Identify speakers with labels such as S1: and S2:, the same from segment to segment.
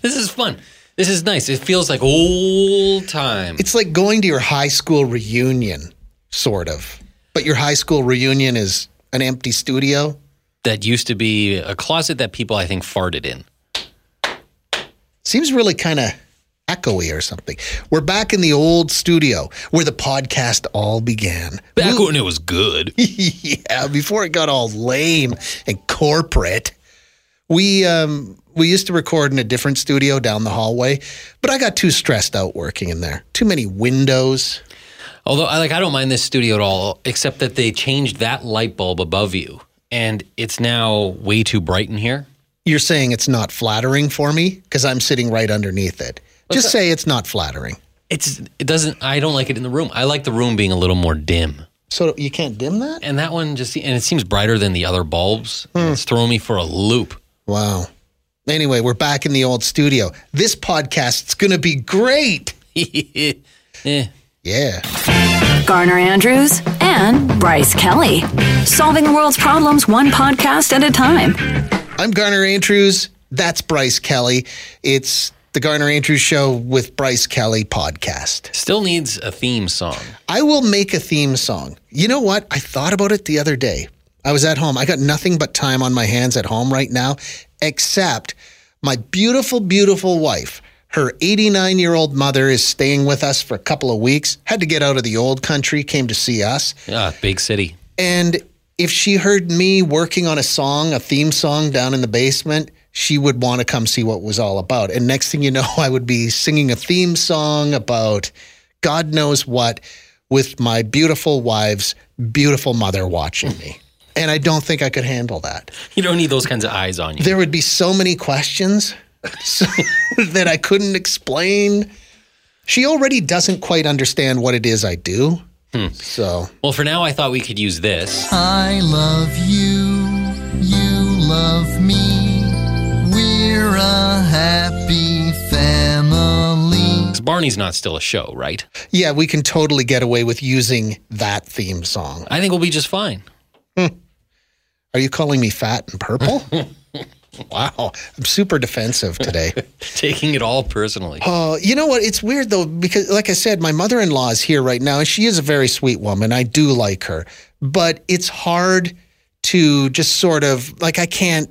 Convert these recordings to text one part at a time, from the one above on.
S1: This is fun. This is nice. It feels like old time.
S2: It's like going to your high school reunion, sort of. But your high school reunion is an empty studio.
S1: that used to be a closet that people, I think, farted in.
S2: Seems really kind of echoey or something. We're back in the old studio where the podcast all began.
S1: Back when it was good.
S2: yeah, before it got all lame and corporate, we um, we used to record in a different studio down the hallway, but I got too stressed out working in there. Too many windows.
S1: Although, I like, I don't mind this studio at all, except that they changed that light bulb above you, and it's now way too bright in here.
S2: You're saying it's not flattering for me because I'm sitting right underneath it. Just say it's not flattering.
S1: It's it doesn't. I don't like it in the room. I like the room being a little more dim,
S2: So you can't dim that?
S1: and that one just and it seems brighter than the other bulbs.
S2: Hmm.
S1: and It's throwing me for a loop.
S2: Wow. Anyway, we're back in the old studio. This podcast's going to be great.
S1: Eh.
S2: Yeah.
S3: Garner Andrews and Bryce Kelly. Solving the world's problems one podcast at a time.
S2: I'm Garner Andrews. That's Bryce Kelly. It's the Garner Andrews Show with Bryce Kelly podcast.
S1: Still needs a theme song.
S2: I will make a theme song. You know what? I thought about it the other day. I was at home. I got nothing but time on my hands at home right now, except my beautiful, beautiful wife. Her 89 year old mother is staying with us for a couple of weeks, had to get out of the old country, came to see us.
S1: Ah, big city.
S2: And if she heard me working on a song, a theme song down in the basement, she would want to come see what it was all about. And next thing you know, I would be singing a theme song about God knows what with my beautiful wife's beautiful mother watching me. And I don't think I could handle that.
S1: You don't need those kinds of eyes on you.
S2: There would be so many questions so- that I couldn't explain. She already doesn't quite understand what it is I do. So.
S1: Well, for now, I thought we could use this.
S4: I love you, you love me. We're a happy family.
S1: 'Cause Barney's not still a show, right?
S2: Yeah, we can totally get away with using that theme song.
S1: I think we'll be just fine.
S2: Are you calling me fat and purple? wow, I'm super defensive today.
S1: Taking it all personally.
S2: Uh, you know what? It's weird though, because like I said, my mother in law is here right now, and she is a very sweet woman. I do like her, but it's hard to just sort of like, I can't.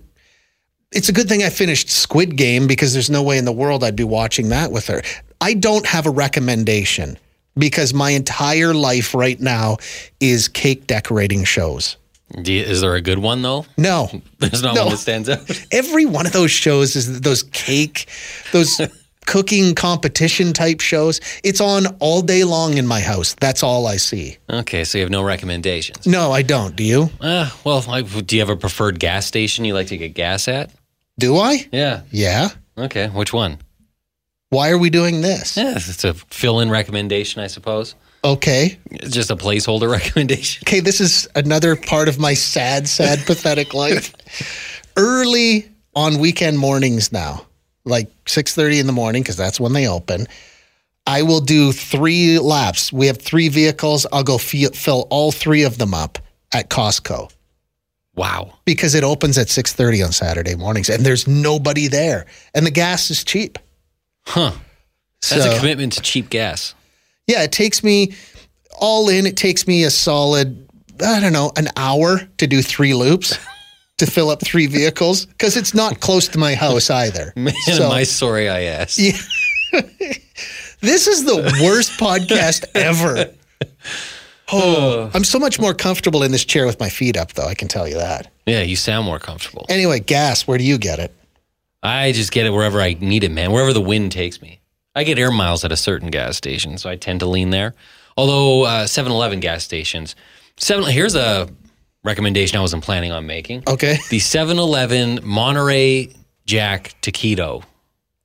S2: It's a good thing I finished Squid Game because there's no way in the world I'd be watching that with her. I don't have a recommendation because my entire life right now is cake decorating shows.
S1: Do you- is there a good one though?
S2: No,
S1: There's not
S2: No.
S1: one that stands out.
S2: every one of those shows is those cake, those cooking competition type shows. It's on all day long in my house. That's all I see.
S1: Okay, so you have no recommendations.
S2: No, I don't. Do you?
S1: Uh, well, I, do you have a preferred gas station you like to get gas at?
S2: Do I?
S1: Yeah.
S2: Yeah.
S1: Okay, which one?
S2: Why are we doing this?
S1: Yeah, it's a fill-in recommendation, I suppose.
S2: Okay.
S1: It's just a placeholder recommendation.
S2: Okay, this is another part of my sad, sad, pathetic life. Early on weekend mornings now, like 6:30 in the morning because that's when they open. I will do 3 laps. We have 3 vehicles. I'll go fi- fill all 3 of them up at Costco
S1: Wow.
S2: because it opens at 6:30 on Saturday mornings and there's nobody there and the gas is cheap.
S1: Huh. That's
S2: So-
S1: a commitment to cheap gas.
S2: yeah, it takes me all in. It takes me a solid, I don't know, an hour to do three loops to fill up three vehicles because it's not close to my house either.
S1: Man,
S2: So-
S1: am I sorry I asked.
S2: This is the worst podcast ever. Oh, I'm so much more comfortable in this chair with my feet up, though. I can tell you that.
S1: Yeah, you sound more comfortable.
S2: Anyway, gas. Where do you get it?
S1: I just get it wherever I need it, man. Wherever the wind takes me. I get air miles at a certain gas station, so I tend to lean there. Although uh, 7-Eleven gas stations. 7 Here's a recommendation I wasn't planning on making.
S2: Okay.
S1: The 7-Eleven Monterey Jack Taquito.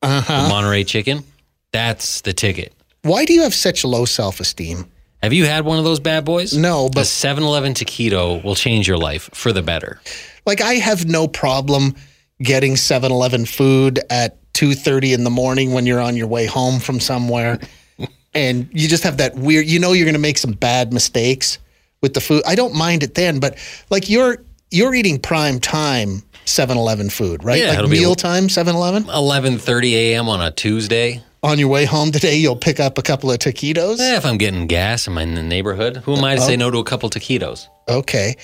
S1: Uh-huh. The Monterey chicken. That's the ticket.
S2: Why do you have such low self-esteem?
S1: Have you had one of those bad boys?
S2: No,
S1: The
S2: but
S1: 7-Eleven Taquito will change your life for the better.
S2: Like I have no problem getting 7-Eleven food at 2:30 in the morning when you're on your way home from somewhere and you just have that weird you know you're going to make some bad mistakes with the food. I don't mind it then, but like you're you're eating prime time 7-Eleven food, right?
S1: Yeah,
S2: like
S1: it'll be-
S2: mealtime 7-Eleven.
S1: 11:30 a.m. on a Tuesday.
S2: On your way home today, you'll pick up a couple of taquitos.
S1: Eh, if I'm getting gas, am I in the neighborhood? Who am I to say no to a couple taquitos?
S2: Okay.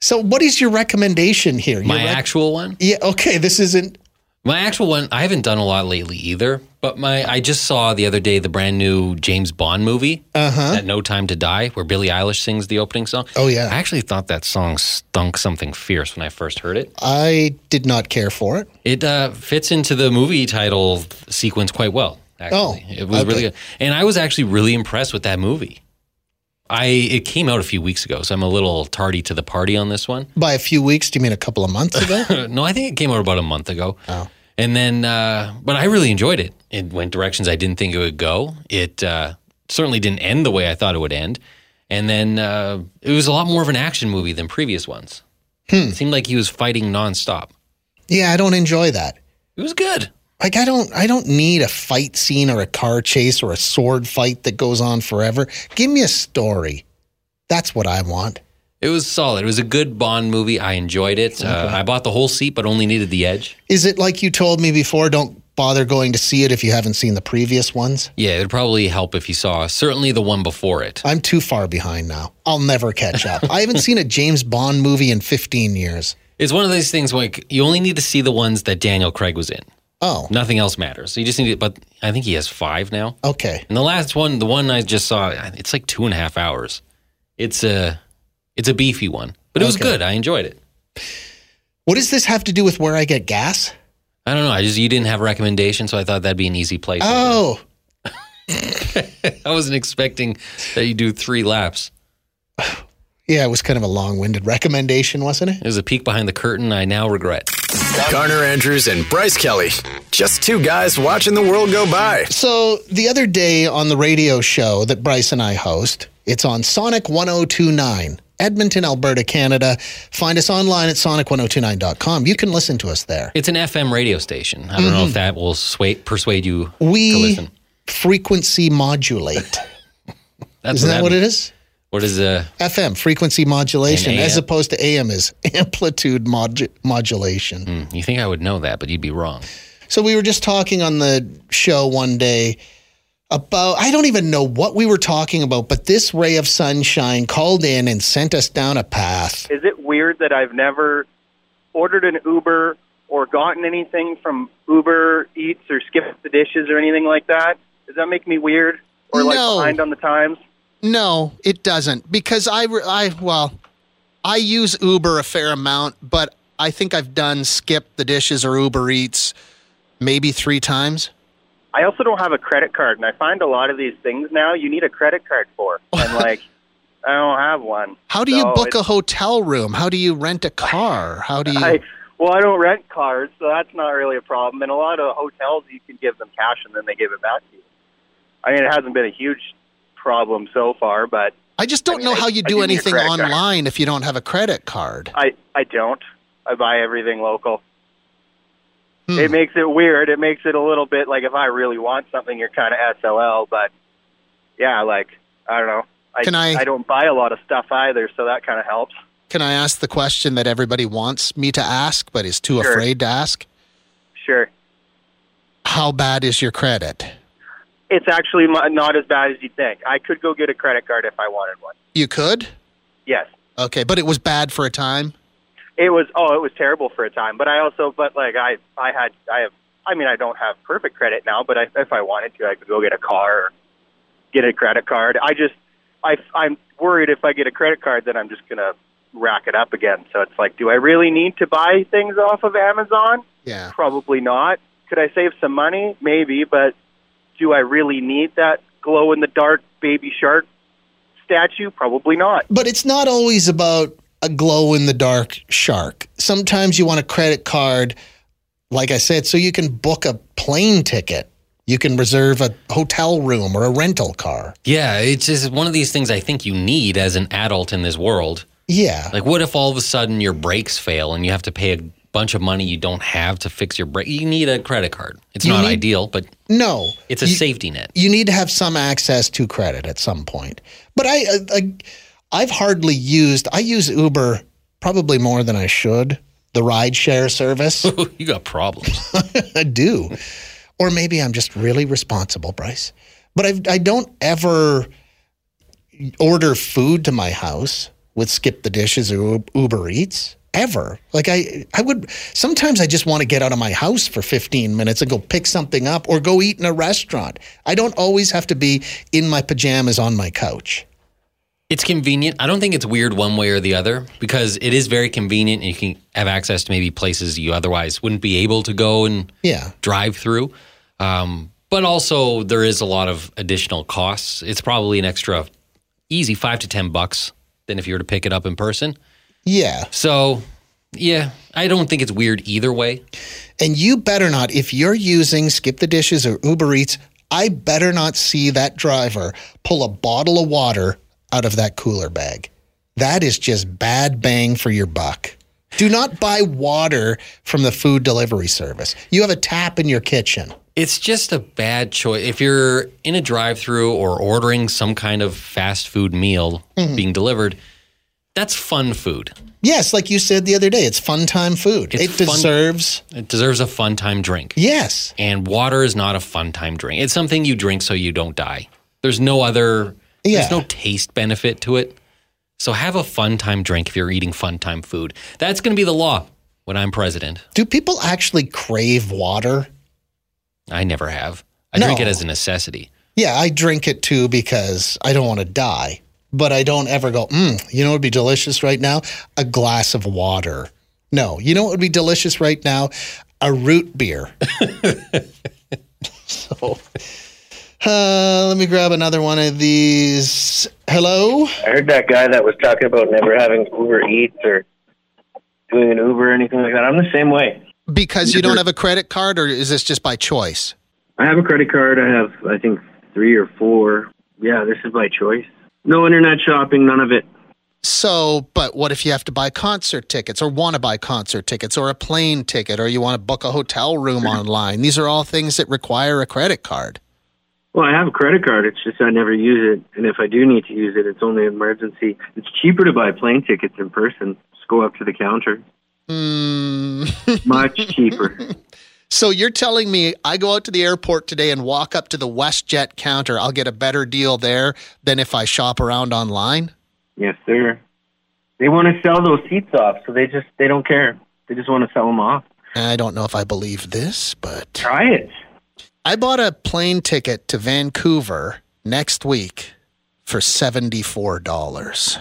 S2: So what is your recommendation here? Your
S1: My
S2: rec-
S1: actual one.
S2: Yeah, okay, this isn't
S1: My actual one. I haven't done a lot lately either. But my I just saw the other day the brand new James Bond movie,
S2: uh-huh.
S1: that No Time to Die, where Billie Eilish sings the opening song.
S2: Oh yeah.
S1: I actually thought that song stunk something fierce when I first heard it.
S2: I did not care for it.
S1: It uh, fits into the movie title sequence quite well. Actually,
S2: Oh,
S1: it was really
S2: okay.
S1: good, and I was actually really impressed with that movie. I it came out a few weeks ago, so I'm a little tardy to the party on this one.
S2: By a few weeks, do you mean a couple of months ago?
S1: no, I think it came out about a month ago. Oh. And then, uh, but I really enjoyed it. It went directions I didn't think it would go. It uh, certainly didn't end the way I thought it would end. And then uh, it was a lot more of an action movie than previous ones. It seemed like he was fighting nonstop.
S2: yeah, I don't enjoy that.
S1: It was good.
S2: Like I don't I don't need a fight scene or a car chase or a sword fight that goes on forever. Give me a story. That's what I want.
S1: It was solid. It was a good Bond movie. I enjoyed it. Uh, I bought the whole seat, but only needed the edge.
S2: Is it like you told me before, don't bother going to see it if you haven't seen the previous ones?
S1: Yeah, it'd probably help if you saw certainly the one before it.
S2: I'm too far behind now. I'll never catch up. I haven't seen a James Bond movie in 15 years.
S1: It's one of those things like you only need to see the ones that Daniel Craig was in.
S2: Oh,
S1: Nothing else matters. So you just need to, but I think he has five now.
S2: okay.
S1: And the last one, the one I just saw, it's like two and a half hours. It's a, it's a beefy one, but it was
S2: Okay.
S1: good. I enjoyed it.
S2: What does this have to do with where I get gas?
S1: I don't know. I just you didn't have a recommendation, so I thought that'd be an easy place.
S2: Oh,
S1: I wasn't expecting that you do three laps.
S2: yeah, it was kind of a long winded recommendation, wasn't it?
S1: It was a peek behind the curtain. I now regret.
S5: Garner Andrews and Bryce Kelly. Just two guys watching the world go by.
S2: So the other day on the radio show that Bryce and I host, it's on Sonic 1029, Edmonton, Alberta, Canada. Find us online at sonic1029.com. You can listen to us there.
S1: It's an FM radio station. I don't
S2: Mm-hmm.
S1: know if that will sway, persuade you to
S2: We
S1: listen.
S2: frequency modulate.
S1: That's
S2: Isn't that what
S1: means.
S2: it is?
S1: What is uh,
S2: FM, frequency modulation,
S1: And
S2: as
S1: AM.
S2: opposed to AM is amplitude modu- modulation.
S1: You think I would know that, but you'd be wrong.
S2: So we were just talking on the show one day about, I don't even know what we were talking about, but this ray of sunshine called in and sent us down a path.
S6: is it weird that I've never ordered an Uber or gotten anything from Uber Eats or skipped the dishes or anything like that? Does that make me weird or like
S2: No.
S6: behind on the times?
S2: No, it doesn't. Because I, re- I, well, I use Uber a fair amount, but I think I've done skip the dishes or Uber Eats maybe three times.
S6: I also don't have a credit card, and I find a lot of these things now you need a credit card for, and like I don't have one.
S2: How do you
S6: So
S2: book
S6: it's-
S2: a hotel room? How do you rent a car? How do you?
S6: I, well, I don't rent cars, so that's not really a problem. And a lot of hotels, you can give them cash and then they give it back to you. I mean, it hasn't been a huge problem so far, but
S2: I just don't
S6: I mean,
S2: know
S6: I-
S2: how you
S6: I
S2: do
S6: do need a
S2: anything
S6: credit card.
S2: online if you don't have a credit card.
S6: I I don't. I buy everything local.
S2: Hmm.
S6: It makes it weird. It makes it a little bit like if I really want something, you're kind of SOL. But yeah, like I don't know. I,
S2: Can I-
S6: don't buy a lot of stuff either, so that kind of helps.
S2: Can I ask the question that everybody wants me to ask but is too
S6: Sure.
S2: afraid to ask?
S6: Sure,
S2: How bad is your credit?
S6: it's actually mo- not as bad as you think. I could go get a credit card if I wanted one.
S2: You could?
S6: Yes,
S2: Okay, but it was bad for a time.
S6: it was. Oh, it was terrible for a time. But I also, but like I, I had, I have. I mean, I don't have perfect credit now, but I, if I wanted to, I could go get a car or get a credit card. I just, I, I'm worried if I get a credit card, then I'm just gonna rack it up again. So it's like, do I really need to buy things off of Amazon?
S2: Yeah.
S6: Probably not. Could I save some money? Maybe, but do I really need that glow in the dark baby shark statue? Probably not.
S2: But it's not always about a glow in the dark shark. Sometimes you want a credit card, like I said, so you can book a plane ticket. You can reserve a hotel room or a rental car.
S1: Yeah, it's just one of these things I think you need as an adult in this world.
S2: Yeah.
S1: Like, what if all of a sudden your brakes fail and you have to pay a bunch of money you don't have to fix your brake? You need a credit card. It's not
S2: need-
S1: ideal, but
S2: No.
S1: it's a
S2: You-
S1: safety net.
S2: you need to have some access to credit at some point. But I, I I've hardly used I use Uber probably more than I should. the ride share service.
S1: you got problems.
S2: I do. Or maybe I'm just really responsible, Bryce. But I've, I don't ever order food to my house with Skip the Dishes or Ub- Uber Eats ever. Like I, I would sometimes I just want to get out of my house for 15 minutes and go pick something up or go eat in a restaurant. I don't always have to be in my pajamas on my couch.
S1: It's convenient. I don't think it's weird one way or the other because it is very convenient and you can have access to maybe places you otherwise wouldn't be able to go and
S2: Yeah.
S1: drive through. Um, but also, there is a lot of additional costs. It's probably an extra easy five to 10 bucks than if you were to pick it up in person.
S2: Yeah.
S1: So, yeah, I don't think it's weird either way.
S2: And you better not, if you're using Skip the Dishes or Uber Eats, I better not see that driver pull a bottle of water out of that cooler bag. That is just bad bang for your buck. Do not buy water from the food delivery service. You have a tap in your kitchen.
S1: It's just a bad choice. If you're in a drive through or ordering some kind of fast food meal
S2: Mm-hmm.
S1: being delivered, that's fun food.
S2: Yes, like you said the other day, it's fun time food.
S1: It's
S2: it
S1: fun-
S2: deserves.
S1: It deserves a fun time drink.
S2: Yes.
S1: And water is not a fun time drink. It's something you drink so you don't die. There's no other,
S2: Yeah.
S1: there's no taste benefit to it. So have a fun time drink if you're eating fun time food. That's going to be the law when I'm president.
S2: Do people actually crave water?
S1: I never have. I
S2: No.
S1: drink it as a necessity.
S2: Yeah, I drink it too because I don't want to die. But I don't ever go, mm, you know what would be delicious right now? A glass of water. No, you know what would be delicious right now? A root beer. so, uh, let me grab another one of these. Hello?
S7: I heard that guy that was talking about never having Uber Eats or doing an Uber or anything like that. I'm the same way.
S2: Because you don't have a credit card, or is this just by choice?
S7: I have a credit card. I have, I think, three or four. Yeah, this is my choice. No internet shopping, none of it.
S2: So, but what if you have to buy concert tickets or want to buy concert tickets or a plane ticket or you want to book a hotel room online? These are all things that require a credit card.
S7: Well, I have a credit card. It's just I never use it. And if I do need to use it, it's only an emergency. It's cheaper to buy plane tickets in person. Just go up to the counter. Much cheaper.
S2: So you're telling me I go out to the airport today and walk up to the WestJet counter, I'll get a better deal there than if I shop around online?
S7: Yes, sir. They want to sell those seats off, so they just they don't care. They just want to sell them off.
S2: I don't know if I believe this, but
S7: Try it.
S2: I bought a plane ticket to Vancouver next week for $74.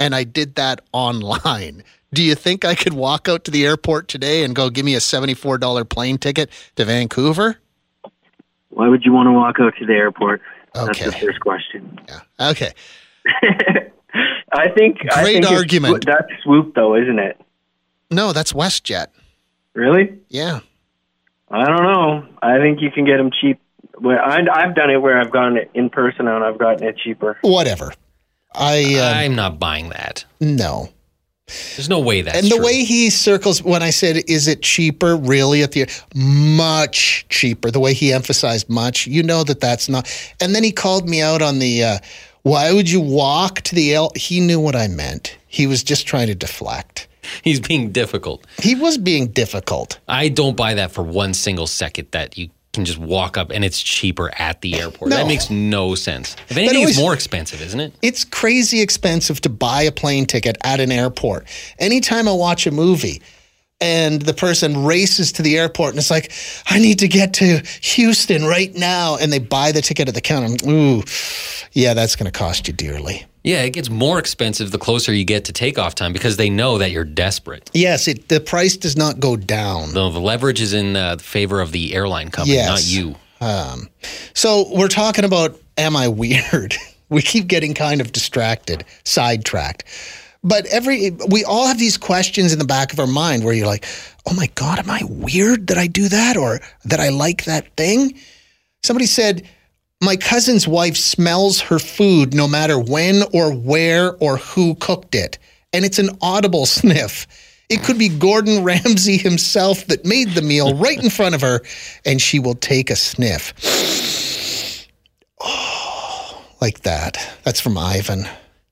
S2: And I did that online. Do you think I could walk out to the airport today and go give me a $74 plane ticket to Vancouver?
S7: Why would you want to walk out to the airport? That's the
S2: Okay.
S7: first question.
S2: Yeah. Okay.
S7: I think I
S2: Great
S7: think it's-
S2: argument.
S7: That's swoop though, isn't it?
S2: No, that's WestJet.
S7: Really?
S2: Yeah.
S7: I don't know. I think you can get them cheap. Well, I, I've done it where I've gotten it in person and I've gotten it cheaper.
S2: Whatever. I uh,
S1: I'm not buying that.
S2: no.
S1: There's no way that's
S2: and the
S1: true.
S2: way he circles when I said, "Is it cheaper?" Really, at the e, much cheaper. The way he emphasized much, you know that that's not. And then he called me out on the, uh, "Why would you walk to the L?" He knew what I meant. He was just trying to deflect.
S1: he's being difficult.
S2: He was being difficult.
S1: I don't buy that for one single second that you can just walk up and it's cheaper at the airport.
S2: No.
S1: That makes no sense. If anything,
S2: always-
S1: it's more expensive, isn't it?
S2: It's crazy expensive to buy a plane ticket at an airport. Anytime I watch a movie and the person races to the airport and it's like, I need to get to Houston right now, and they buy the ticket at the counter. I'm, Ooh, yeah, that's going to cost you dearly.
S1: Yeah, it gets more expensive the closer you get to takeoff time because they know that you're desperate.
S2: Yes, it, the price does not go down.
S1: The leverage is in uh, favor of the airline company,
S2: Yes.
S1: not you.
S2: Um, so we're talking about am I weird? we keep getting kind of distracted, sidetracked. But every we all have these questions in the back of our mind where you're like, "Oh my god, am I weird that I do that or that I like that thing?" Somebody said, "My cousin's wife smells her food no matter when or where or who cooked it, and it's an audible sniff." It could be Gordon Ramsay himself that made the meal right in front of her, and she will take a sniff. like that. That's from Ivan.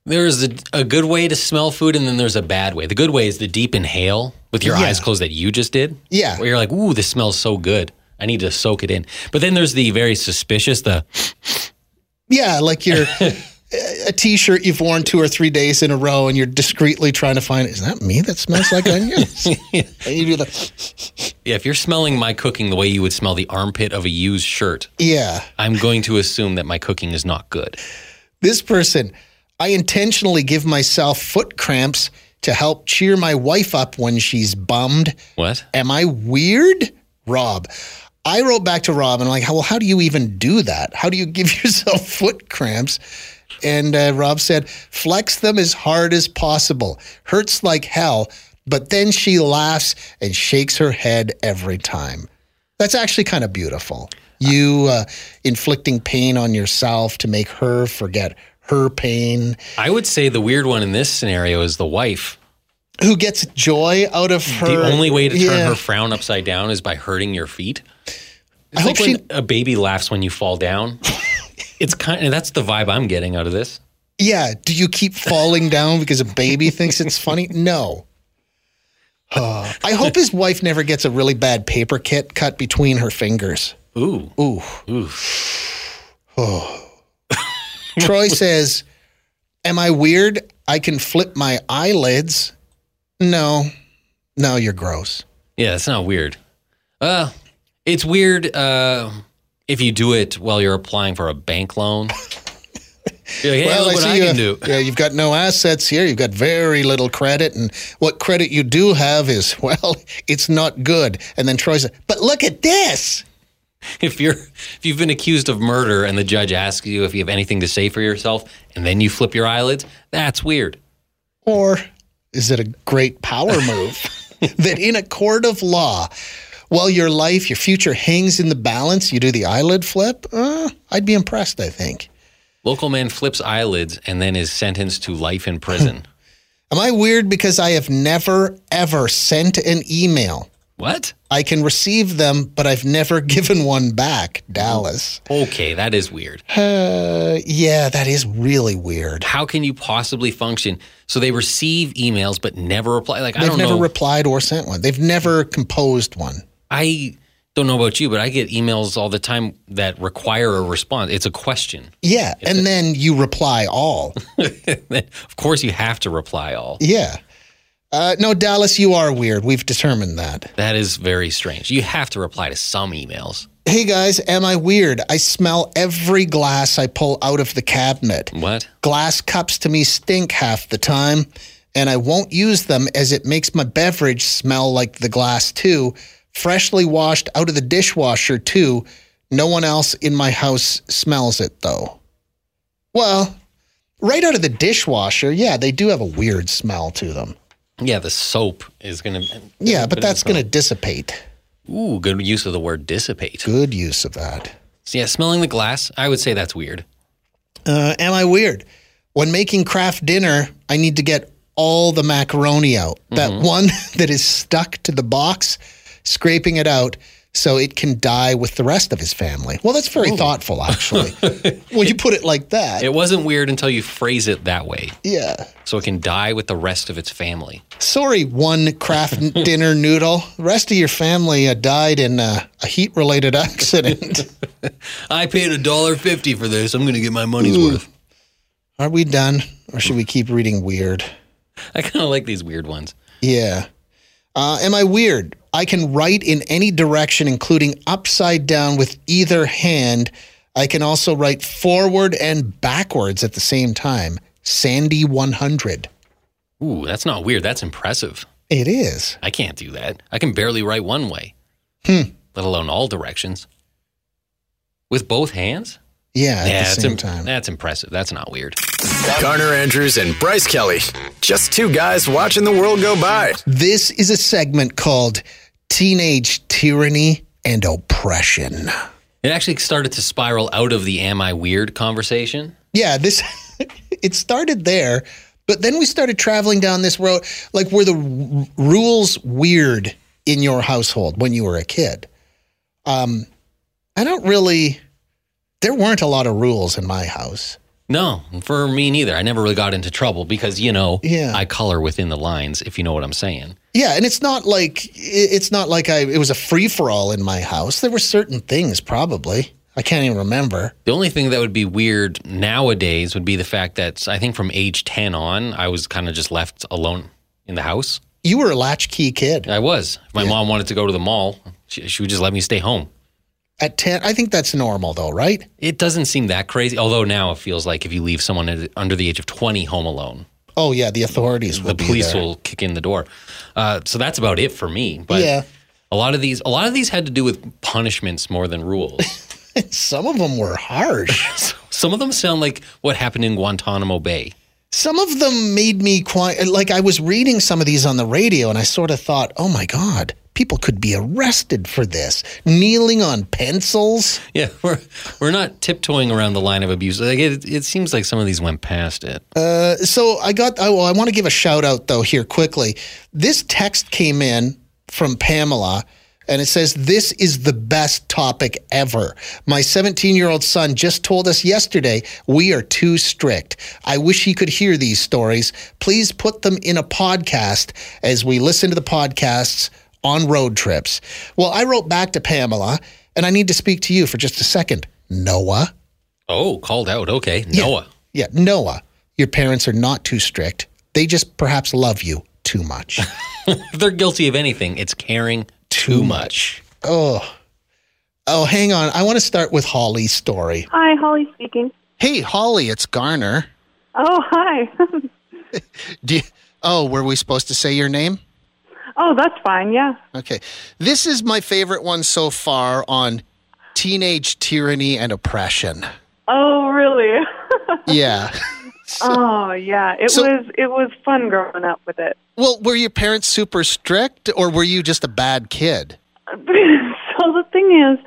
S1: There's a, a good way to smell food, and then there's a bad way. The good way is the deep inhale, with your
S2: Yeah.
S1: eyes closed that you just did.
S2: Yeah.
S1: Where you're like, ooh, this smells so good. I need to soak it in. But then there's the very suspicious, the
S2: Yeah, like you're a t-shirt you've worn two or three days in a row, and you're discreetly trying to find is that me that smells like onions? And you do the
S1: yeah, if you're smelling my cooking the way you would smell the armpit of a used shirt,
S2: yeah.
S1: I'm going to assume that my cooking is not good.
S2: This person, I intentionally give myself foot cramps to help cheer my wife up when she's bummed.
S1: What?
S2: Am I weird, Rob? I wrote back to Rob and I'm like, well, how do you even do that? How do you give yourself foot cramps? And uh, Rob said, flex them as hard as possible. Hurts like hell, but then she laughs and shakes her head every time. That's actually kind of beautiful. You uh, inflicting pain on yourself to make her forget her pain.
S1: I would say the weird one in this scenario is the wife.
S2: Who gets joy out of her?
S1: the only way to turn
S2: Yeah.
S1: her frown upside down is by hurting your feet. It's
S2: I
S1: like
S2: hope
S1: when
S2: she-
S1: a baby laughs when you fall down. it's kind of that's the vibe I'm getting out of this.
S2: Yeah. Do you keep falling down because a baby thinks it's funny? No. Uh, I hope his wife never gets a really bad paper kit cut between her fingers.
S1: Ooh.
S2: Ooh. Oh. Troy says, Am I weird? I can flip my eyelids. No. No, you're gross.
S1: Yeah, that's not weird. Uh it's weird uh if you do it while you're applying for a bank loan. You're like, hey, look what I
S2: you
S1: can
S2: have-
S1: do.
S2: Yeah, you've got no assets here. You've got very little credit, and what credit you do have is well, it's not good. And then Troy said, "But look at this."
S1: If you're if you've been accused of murder and the judge asks you if you have anything to say for yourself and then you flip your eyelids, that's weird.
S2: Or is it a great power move that in a court of law, while your life, your future hangs in the balance, you do the eyelid flip? Uh, I'd be impressed, I think.
S1: Local man flips eyelids and then is sentenced to life in prison.
S2: Am I weird because I have never, ever sent an email?
S1: what?
S2: I can receive them, but I've never given one back, Dallas.
S1: Okay, that is weird.
S2: Uh, yeah, that is really weird.
S1: How can you possibly function? So they receive emails but never reply. Like I
S2: They've
S1: don't
S2: never
S1: know.
S2: replied or sent one. They've never composed one.
S1: I don't know about you, but I get emails all the time that require a response. It's a question.
S2: Yeah, and then you reply all.
S1: of course, you have to reply all.
S2: Yeah. Uh, no, Dallas, you are weird. We've determined that.
S1: That is very strange. You have to reply to some emails.
S2: Hey guys, am I weird? I smell every glass I pull out of the cabinet.
S1: What?
S2: Glass cups to me stink half the time, and I won't use them as it makes my beverage smell like the glass too. Freshly washed out of the dishwasher too. No one else in my house smells it though. Well, right out of the dishwasher, yeah, they do have a weird smell to them.
S1: Yeah, the soap is going to.
S2: Yeah, but that's going to dissipate.
S1: Ooh, good use of the word dissipate.
S2: Good use of that.
S1: So yeah, smelling the glass, I would say that's weird.
S2: Uh, am I weird? When making craft dinner, I need to get all the macaroni out. That one that is stuck to the box, scraping it out so it can die with the rest of his family. Well, that's very thoughtful, actually. when you put it like that,
S1: It wasn't weird until you phrase it that way.
S2: yeah.
S1: so it can die with the rest of its family.
S2: Sorry, one craft dinner noodle. The rest of your family uh, died in uh, a heat-related accident.
S1: I paid a dollar fifty for this. I'm gonna get my money's worth.
S2: Are we done, or should we keep reading weird?
S1: I kind of like these weird ones.
S2: Yeah. Uh, am I weird? I can write in any direction, including upside down with either hand. I can also write forward and backwards at the same time. Sandy 100.
S1: Ooh, that's not weird. That's impressive.
S2: It is.
S1: I can't do that. I can barely write one way,
S2: Hmm.
S1: let alone all directions. With both hands?
S2: Yeah, at the
S1: that's,
S2: same
S1: im-
S2: time.
S1: that's impressive. That's not weird.
S5: Garner Andrews and Bryce Kelly. Just two guys watching the world go by.
S2: This is a segment called Teenage Tyranny and Oppression.
S1: It actually started to spiral out of the "Am I weird?" conversation.
S2: yeah, this it started there, but then we started traveling down this road. Like, were the r- rules weird in your household when you were a kid? Um, I don't really. There weren't a lot of rules in my house.
S1: No, for me neither. I never really got into trouble because, you know,
S2: Yeah.
S1: I color within the lines, if you know what I'm saying.
S2: Yeah, and it's not like i- it's not like I it was a free for all in my house. There were certain things probably. I can't even remember.
S1: The only thing that would be weird nowadays would be the fact that I think from age 10 on, I was kind of just left alone in the house.
S2: You were a latchkey kid.
S1: I was. If my mom wanted to go to the mall, she, she would just let me stay home.
S2: At 10, I think that's normal though, right?
S1: It doesn't seem that crazy, although now it feels like if you leave someone at- under the age of 20 home alone,
S2: Oh yeah, the authorities will
S1: the
S2: be
S1: police
S2: there.
S1: will kick in the door. Uh, so that's about it for me. But
S2: Yeah.
S1: a lot of these, a lot of these had to do with punishments more than rules.
S2: Some of them were harsh.
S1: Some of them sound like what happened in Guantanamo Bay.
S2: Some of them made me quite like I was reading some of these on the radio and I sort of thought, "Oh my god, people could be arrested for this. Kneeling on pencils."
S1: Yeah, we're we're not tiptoeing around the line of abuse. Like it, it seems like some of these went past it.
S2: Uh, so I got. I, well, I want to give a shout out though here quickly. This text came in from Pamela. And it says, This is the best topic ever. My 17 year old son just told us yesterday we are too strict. I wish he could hear these stories. Please put them in a podcast as we listen to the podcasts on road trips. Well, I wrote back to Pamela, and I need to speak to you for just a second. Noah.
S1: Oh, called out. Okay, Noah.
S2: Yeah, Noah, your parents are not too strict. They just perhaps love you too much.
S1: If they're guilty of anything, it's caring too much.
S2: oh, hang on. I want to start with Holly's story.
S8: Hi, Holly speaking.
S2: Hey, Holly, it's Garner.
S8: Oh, hi.
S2: Do you- oh, were we supposed to say your name?
S8: oh, that's fine. Yeah.
S2: Okay. This is my favorite one so far on teenage tyranny and oppression.
S8: Oh, really?
S2: Yeah.
S8: oh, yeah. It
S2: So-
S8: was it was fun growing up with it.
S2: Well, were your parents super strict or were you just a bad kid?
S8: so the thing is,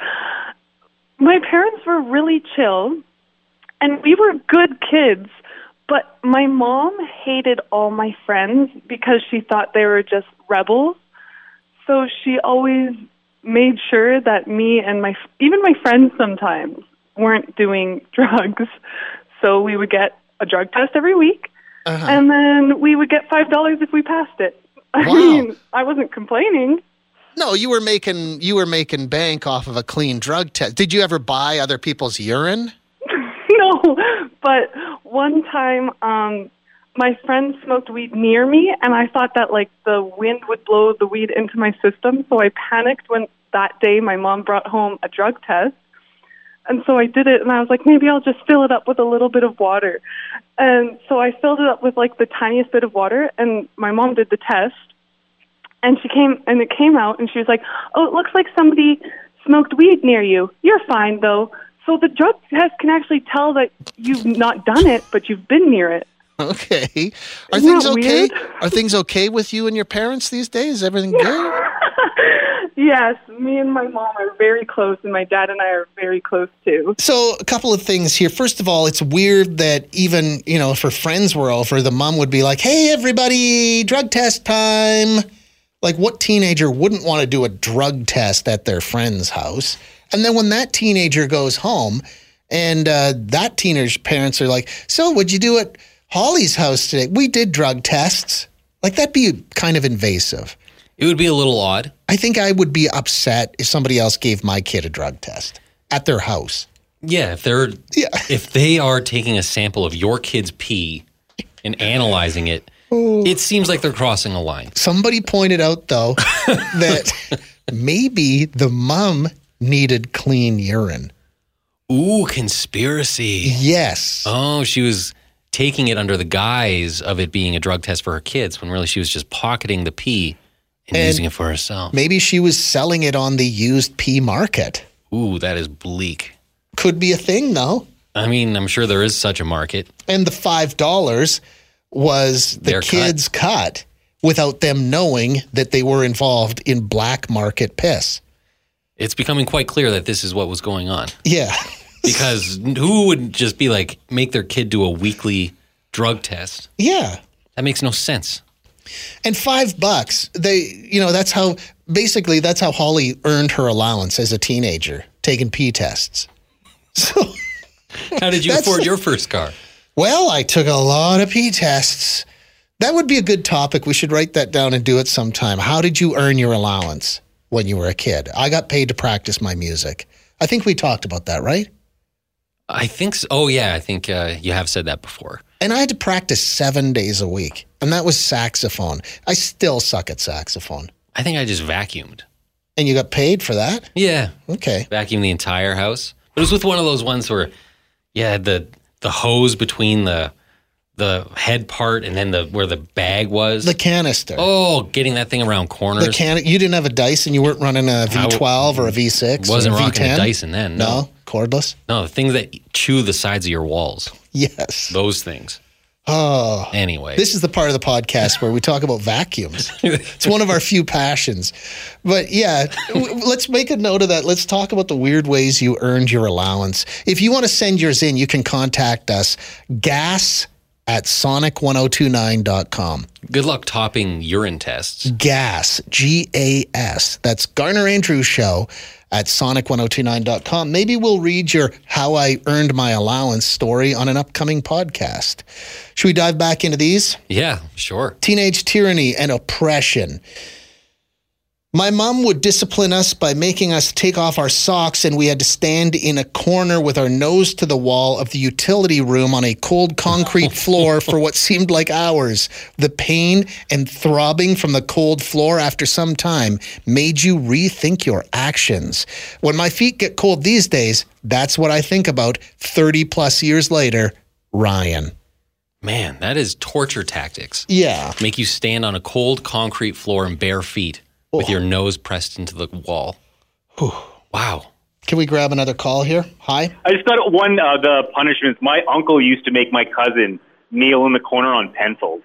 S8: my parents were really chill, and we were good kids. But my mom hated all my friends because she thought they were just rebels. So she always made sure that me and my even my friends sometimes weren't doing drugs. So we would get a drug test every week, and then we would get five dollars if we passed it. I
S2: Wow.
S8: mean, I wasn't complaining.
S2: No, you were making you were making bank off of a clean drug test. Did you ever buy other people's urine?
S8: no, but one time, um, my friend smoked weed near me, and I thought that like the wind would blow the weed into my system. So I panicked when that day my mom brought home a drug test. And so I did it, and I was like, maybe I'll just fill it up with a little bit of water. And so I filled it up with like the tiniest bit of water, and my mom did the test. And she came, and it came out, and she was like, oh, it looks like somebody smoked weed near you. You're fine, though. So the drug test can actually tell that you've not done it, but you've been near it.
S2: Okay. Are
S8: Isn't
S2: things
S8: that
S2: okay?
S8: weird?
S2: Are things okay with you and your parents these days? Is everything good?
S8: Yes, me and my mom are very close, and my dad and I are very close too.
S2: So, a couple of things here. First of all, it's weird that even, you know, if her friends were over, the mom would be like, hey, everybody, drug test time. Like, what teenager wouldn't want to do a drug test at their friend's house? And then when that teenager goes home and uh, that teenager's parents are like, so, what'd you do at Holly's house today? We did drug tests. Like, that'd be kind of invasive.
S1: It would be a little odd.
S2: I think I would be upset if somebody else gave my kid a drug test at their house.
S1: Yeah, if they're
S2: Yeah.
S1: if they are taking a sample of your kid's pee and analyzing it, it seems like they're crossing a line.
S2: Somebody pointed out, though, that maybe the mom needed clean urine.
S1: Ooh, conspiracy.
S2: Yes.
S1: Oh, she was taking it under the guise of it being a drug test for her kids when really she was just pocketing the pee and,
S2: And-
S1: using it for herself.
S2: Maybe she was selling it on the used pea market.
S1: Ooh, that is bleak.
S2: Could be a thing, though.
S1: I mean, I'm sure there is such a market.
S2: And the $5 was the
S1: Their cut.
S2: kids' cut. without them knowing that they were involved in black market piss.
S1: It's becoming quite clear that this is what was going on
S2: Yeah.
S1: because who would just be like make their kid do a weekly drug test?
S2: Yeah.
S1: That makes no sense.
S2: And five bucks, they, you know, that's how basically that's how Holly earned her allowance as a teenager, taking pee tests. So
S1: How did you
S2: That's-
S1: afford your first car?
S2: Well, I took a lot of pee tests. That would be a good topic. We should write that down and do it sometime. How did you earn your allowance when you were a kid? I got paid to practice my music. I think we talked about that, right?
S1: I think so. Oh, yeah. I think uh, you have said that before.
S2: And I had to practice seven days a week, and that was saxophone. I still suck at saxophone.
S1: I think I just vacuumed.
S2: And you got paid for that?
S1: Yeah.
S2: Okay.
S1: Vacuumed the entire house. But it was with one of those ones where, yeah, the the hose between the the head part and then the where the bag was.
S2: The canister.
S1: oh, getting that thing around corners.
S2: The can you didn't have a Dyson, you weren't running a V12 or a V6. or
S1: wasn't
S2: a
S1: rocking
S2: V10?
S1: a Dyson then.
S2: No.
S1: No.
S2: cordless.
S1: No, the things that chew the sides of your walls.
S2: Yes.
S1: Those things.
S2: Oh,
S1: Anyway.
S2: this is the part of the podcast where we talk about vacuums. it's one of our few passions. But yeah, w- let's make a note of that. Let's talk about the weird ways you earned your allowance. If you want to send yours in, you can contact us gas at sonic1029.com.
S1: Good luck topping urine
S2: Mm.
S1: tests.
S2: gas G A S. That's Garner Andrews Show at sonic1029.com. Maybe we'll read your How I Earned My Allowance story on an upcoming podcast. Should we dive back into these?
S1: Yeah, sure.
S2: Teenage tyranny and oppression. My mom would discipline us by making us take off our socks, and we had to stand in a corner with our nose to the wall of the utility room on a cold concrete floor for what seemed like hours. The pain and throbbing from the cold floor after some time made you rethink your actions. When my feet get cold these days, that's what I think about 30 plus years later. Ryan.
S1: Man, that is torture tactics.
S2: Yeah.
S1: Make you stand on a cold concrete floor in bare feet with your nose pressed into the wall. Wow.
S2: Can we grab another call here? Hi.
S9: I just got one uh, the punishments. My uncle used to make my cousin kneel in the corner on pencils.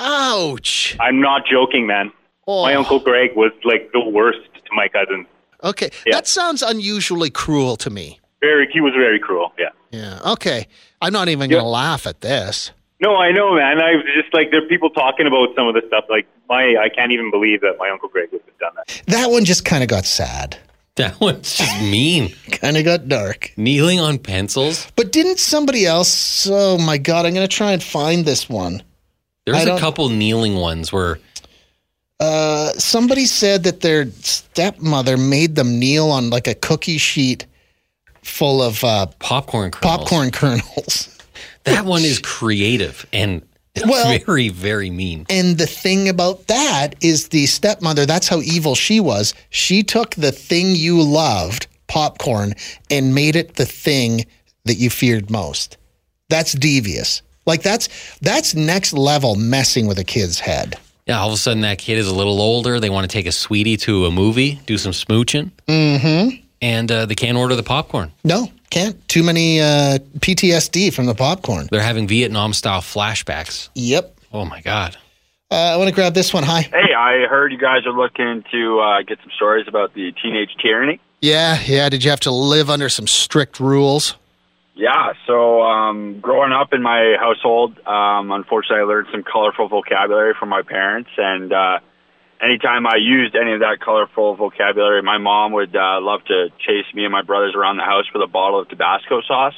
S2: Ouch.
S9: I'm not joking, man.
S6: Oh.
S9: My
S2: Oh.
S9: uncle Greg was like the worst to my cousin.
S2: Okay.
S9: Yeah.
S2: That sounds unusually cruel to me.
S9: Very, he was very cruel. Yeah.
S2: Yeah. Okay. I'm not even going to laugh at this.
S9: No, I know, man. I was just like there are people talking about some of the stuff. Like my, I can't even believe that my uncle Greg would have done that.
S2: That one just kind of got sad,
S1: That one's just mean.
S2: kind of got dark.
S1: Kneeling on pencils.
S2: But didn't somebody else? Oh my God. I'm going to try and find this one. I
S1: There's a
S2: don't-
S1: couple kneeling ones where
S2: Uh, somebody said that their stepmother made them kneel on like a cookie sheet full of uh,
S1: popcorn kernels.
S2: popcorn kernels.
S1: That one is creative and
S2: Well-
S1: very, very mean.
S2: And the thing about that is the stepmother, that's how evil she was. She took the thing you loved, popcorn, and made it the thing that you feared most. That's devious. Like that's that's next level messing with a kid's head.
S1: Yeah, all of a sudden that kid is a little older. They want to take a sweetie to a movie, do some smooching. Mm-hmm. And uh, they can't order the popcorn.
S2: No, can't. Too many uh, PTSD from the popcorn.
S1: They're having Vietnam style flashbacks.
S2: Yep.
S1: Oh my God.
S2: Uh, I want to grab this one. Hi.
S10: Hey, I heard you guys are looking to uh, get some stories about the teenage tyranny.
S2: Yeah, yeah. Did you have to live under some strict rules?
S10: Yeah, so um, growing up in my household, um, unfortunately, I learned some colorful vocabulary from my parents, and uh, anytime I used any of that colorful vocabulary, my mom would uh, love to chase me and my brothers around the house with a bottle of Tabasco sauce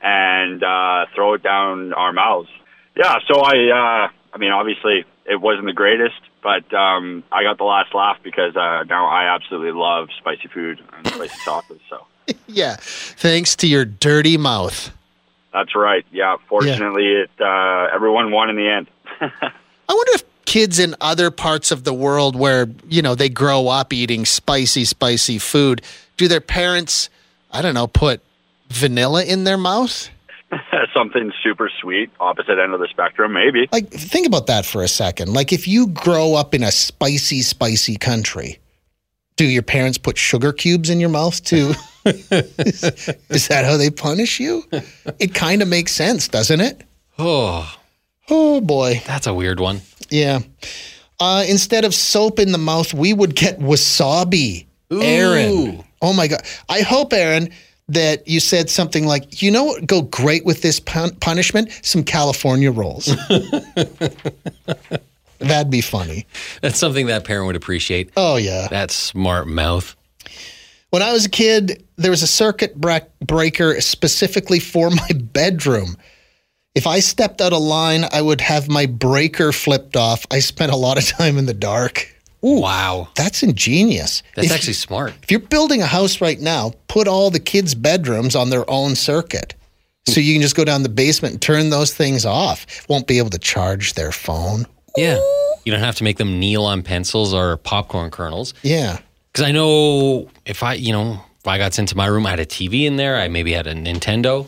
S10: and uh, throw it down our mouths. Yeah, so I, uh, I mean, obviously, it wasn't the greatest, but um, I got the last laugh because uh, now I absolutely love spicy food and spicy sauces. So.
S2: Yeah. Thanks to your dirty mouth.
S10: That's right. Yeah. Fortunately, it uh, everyone won in the end.
S2: I wonder if kids in other parts of the world where, you know, they grow up eating spicy, spicy food, do their parents, I don't know, put vanilla in their mouth?
S10: Something super sweet, opposite end of the spectrum, maybe.
S2: Like, think about that for a second. Like, if you grow up in a spicy, spicy country, do your parents put sugar cubes in your mouth too? Is that how they punish you? It kind of makes sense, doesn't it?
S1: Oh,
S2: Oh boy.
S1: that's a weird one.
S2: Yeah. Uh, instead of soap in the mouth, we would get wasabi. Aaron. Oh my God. I hope, Aaron, that you said something like, you know what would go great with this pun- punishment? Some California rolls. That'd be funny.
S1: That's something that parent would appreciate.
S2: Oh, yeah.
S1: That smart mouth.
S2: When I was a kid, there was a circuit bre- breaker specifically for my bedroom. If I stepped out of line, I would have my breaker flipped off. I spent a lot of time in the dark. Ooh,
S1: wow.
S2: That's ingenious.
S1: That's
S2: If-
S1: actually smart.
S2: If you're building a house right now, put all the kids' bedrooms on their own circuit. So you can just go down the basement and turn those things off. Won't be able to charge their phone.
S1: Yeah. You don't have to make them kneel on pencils or popcorn kernels.
S2: Yeah.
S1: Because I know if I, you know, if I got sent to my room, I had a TV in there. I maybe had a Nintendo.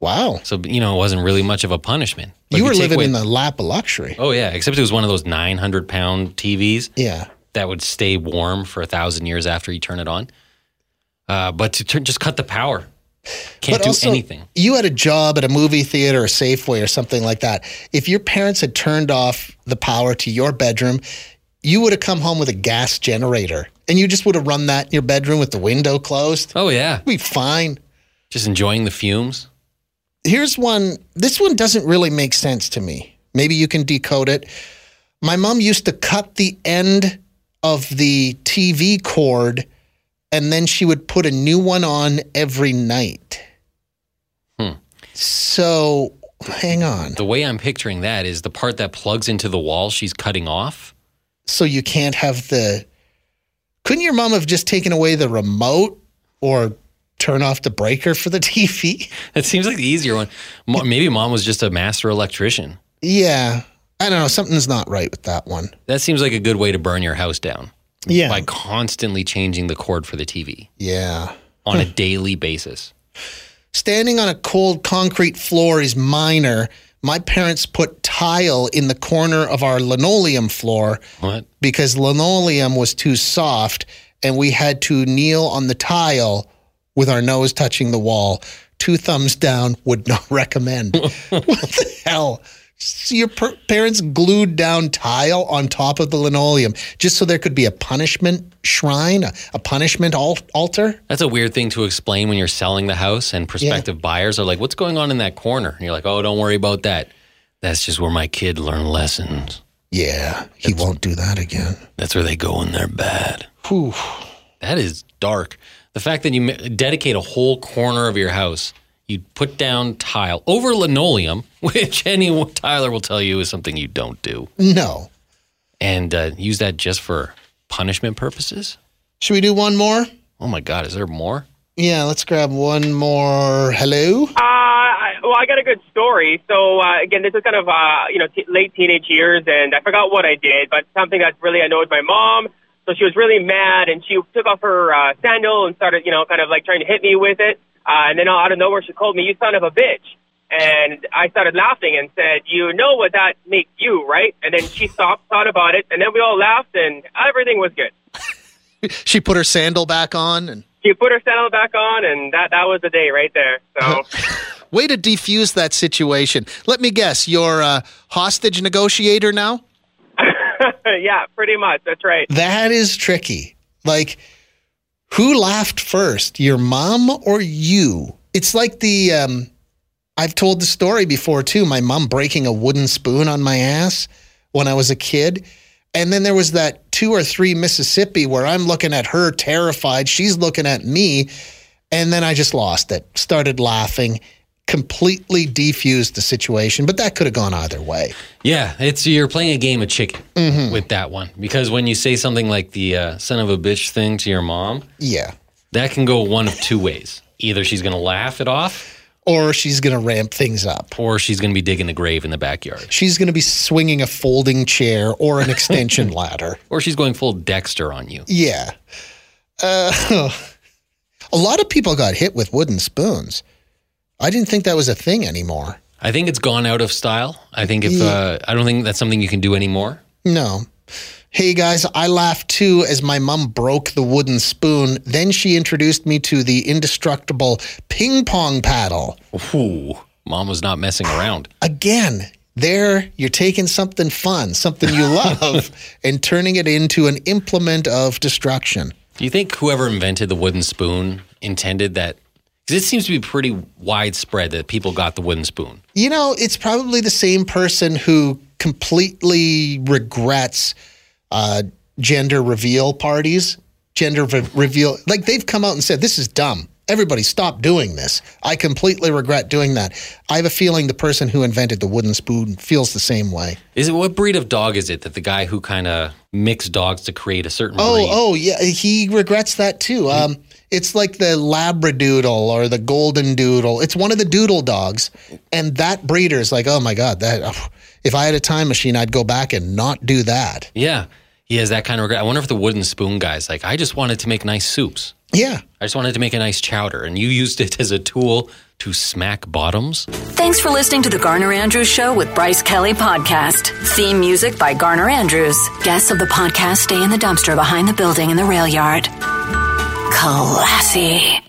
S2: Wow.
S1: So, you know, it wasn't really much of a punishment. But
S2: you
S1: if
S2: were
S1: take
S2: living
S1: away-
S2: in the lap of luxury.
S1: Oh, yeah. Except it was one of those 900 pound TVs
S2: Yeah.
S1: that would stay warm for a thousand years after you turn it on. Uh, but to turn, just cut the power. Can't
S2: But
S1: do
S2: also,
S1: anything.
S2: You had a job at a movie theater or Safeway or something like that. If your parents had turned off the power to your bedroom, you would have come home with a gas generator and you just would have run that in your bedroom with the window closed.
S1: Oh, yeah.
S2: We'd be fine.
S1: Just enjoying the fumes.
S2: here's one. This one doesn't really make sense to me. Maybe you can decode it. My mom used to cut the end of the TV cord and then she would put a new one on every night.
S1: Hmm.
S2: So hang on.
S1: The way I'm picturing that is the part that plugs into the wall she's cutting off.
S2: So you can't have the. Couldn't your mom have just taken away the remote or turn off the breaker for the TV?
S1: That seems like the easier one. Mo- Maybe mom was just a master electrician.
S2: Yeah. I don't know. Something's not right with that one.
S1: That seems like a good way to burn your house down
S2: Yeah.
S1: by constantly changing the cord for the TV
S2: yeah.
S1: on a daily basis.
S2: Standing on a cold concrete floor is minor. My parents put tile in the corner of our linoleum floor
S1: What?
S2: because linoleum was too soft and we had to kneel on the tile with our nose touching the wall. Two thumbs down would not recommend. what the hell? So Your per- parents glued down tile on top of the linoleum just so there could be a punishment shrine, a, a punishment al- altar.
S1: That's a weird thing to explain when you're selling the house and prospective buyers are like, what's going on in that corner? And you're like, oh, don't worry about that. That's just where my kid learned lessons.
S2: Yeah, he won't do that again.
S1: That's where they go when they're bad.
S2: Whew.
S1: That is dark. The fact that you ma- dedicate a whole corner of your house, you put down tile over linoleum, which any Tyler will tell you is something you don't do,
S2: No.
S1: and uh, use that just for punishment purposes.
S2: Should we do one more?
S1: Oh my God, is there more?
S2: Yeah, let's grab one more. Hello?
S11: Uh, I- well, I got a good story. So uh, again, this is kind of uh, you know t- late teenage years, and I forgot what I did, but something that really annoyed my mom. So she was really mad, and she took off her uh, sandal and started you know kind of like trying to hit me with it. Uh, and then out of nowhere, she called me, "You son of a bitch!" And I started laughing and said, "You know what that makes you, right?" And then she stopped, thought about it, and then we all laughed, and everything was good.
S2: She put her sandal back on and
S11: She put her sandal back on, and that that was the day right there. So.
S2: way to defuse that situation. Let me guess, you're a hostage negotiator now?
S11: yeah, pretty much. That's right.
S2: That is tricky. Like, who laughed first, your mom or you? It's like the, um, I've told the story before too, my mom breaking a wooden spoon on my ass when I was a kid. And then there was that two or three Mississippi where I'm looking at her terrified, she's looking at me. And then I just lost it, started laughing, completely defused the situation. But that could have gone either way.
S1: Yeah, it's you're playing a game of chicken with that one because when you say something like the uh, "son of a bitch" thing to your mom,
S2: Yeah.
S1: that can go one of two ways. Either she's going to laugh it off,
S2: Or she's going to ramp things up.
S1: or she's going to be digging a grave in the backyard,
S2: She's going to be swinging a folding chair or an extension ladder.
S1: or she's going full Dexter on you.
S2: Yeah. Uh, a lot of people got hit with wooden spoons. I didn't think that was a thing anymore.
S1: I think it's gone out of style. I think if uh, I don't think that's something you can do anymore.
S2: No. Hey guys, I laughed too as my mom broke the wooden spoon. Then she introduced me to the indestructible ping pong paddle.
S1: Ooh, mom was not messing around.
S2: Again, there you're taking something fun, something you love, and turning it into an implement of destruction.
S1: Do you think whoever invented the wooden spoon intended that? Because it seems to be pretty widespread that people got the wooden spoon.
S2: You know, it's probably the same person who completely regrets uh, gender reveal parties, gender re- reveal. Like they've come out and said, this is dumb. Everybody, stop doing this. I completely regret doing that. I have a feeling the person who invented the wooden spoon feels the same way.
S1: Is it what breed of dog is it that the guy who kind of mixed dogs to create a certain
S2: Oh,
S1: breed?
S2: oh, yeah. He regrets that too. Um, it's like the Labradoodle or the Golden Doodle. It's one of the doodle dogs, and that breeder's like, oh my god, that. If I had a time machine, I'd go back and not do that.
S1: Yeah, he has that kind of regret. I wonder if the wooden spoon guy's like, I just wanted to make nice soups.
S2: Yeah.
S1: I just wanted to make a nice chowder, and you used it as a tool to smack bottoms.
S3: Thanks for listening to the Garner Andrews Show with Bryce Kelly Podcast. Theme music by Garner Andrews. Guests of the podcast stay in the dumpster behind the building in the rail yard. Classy.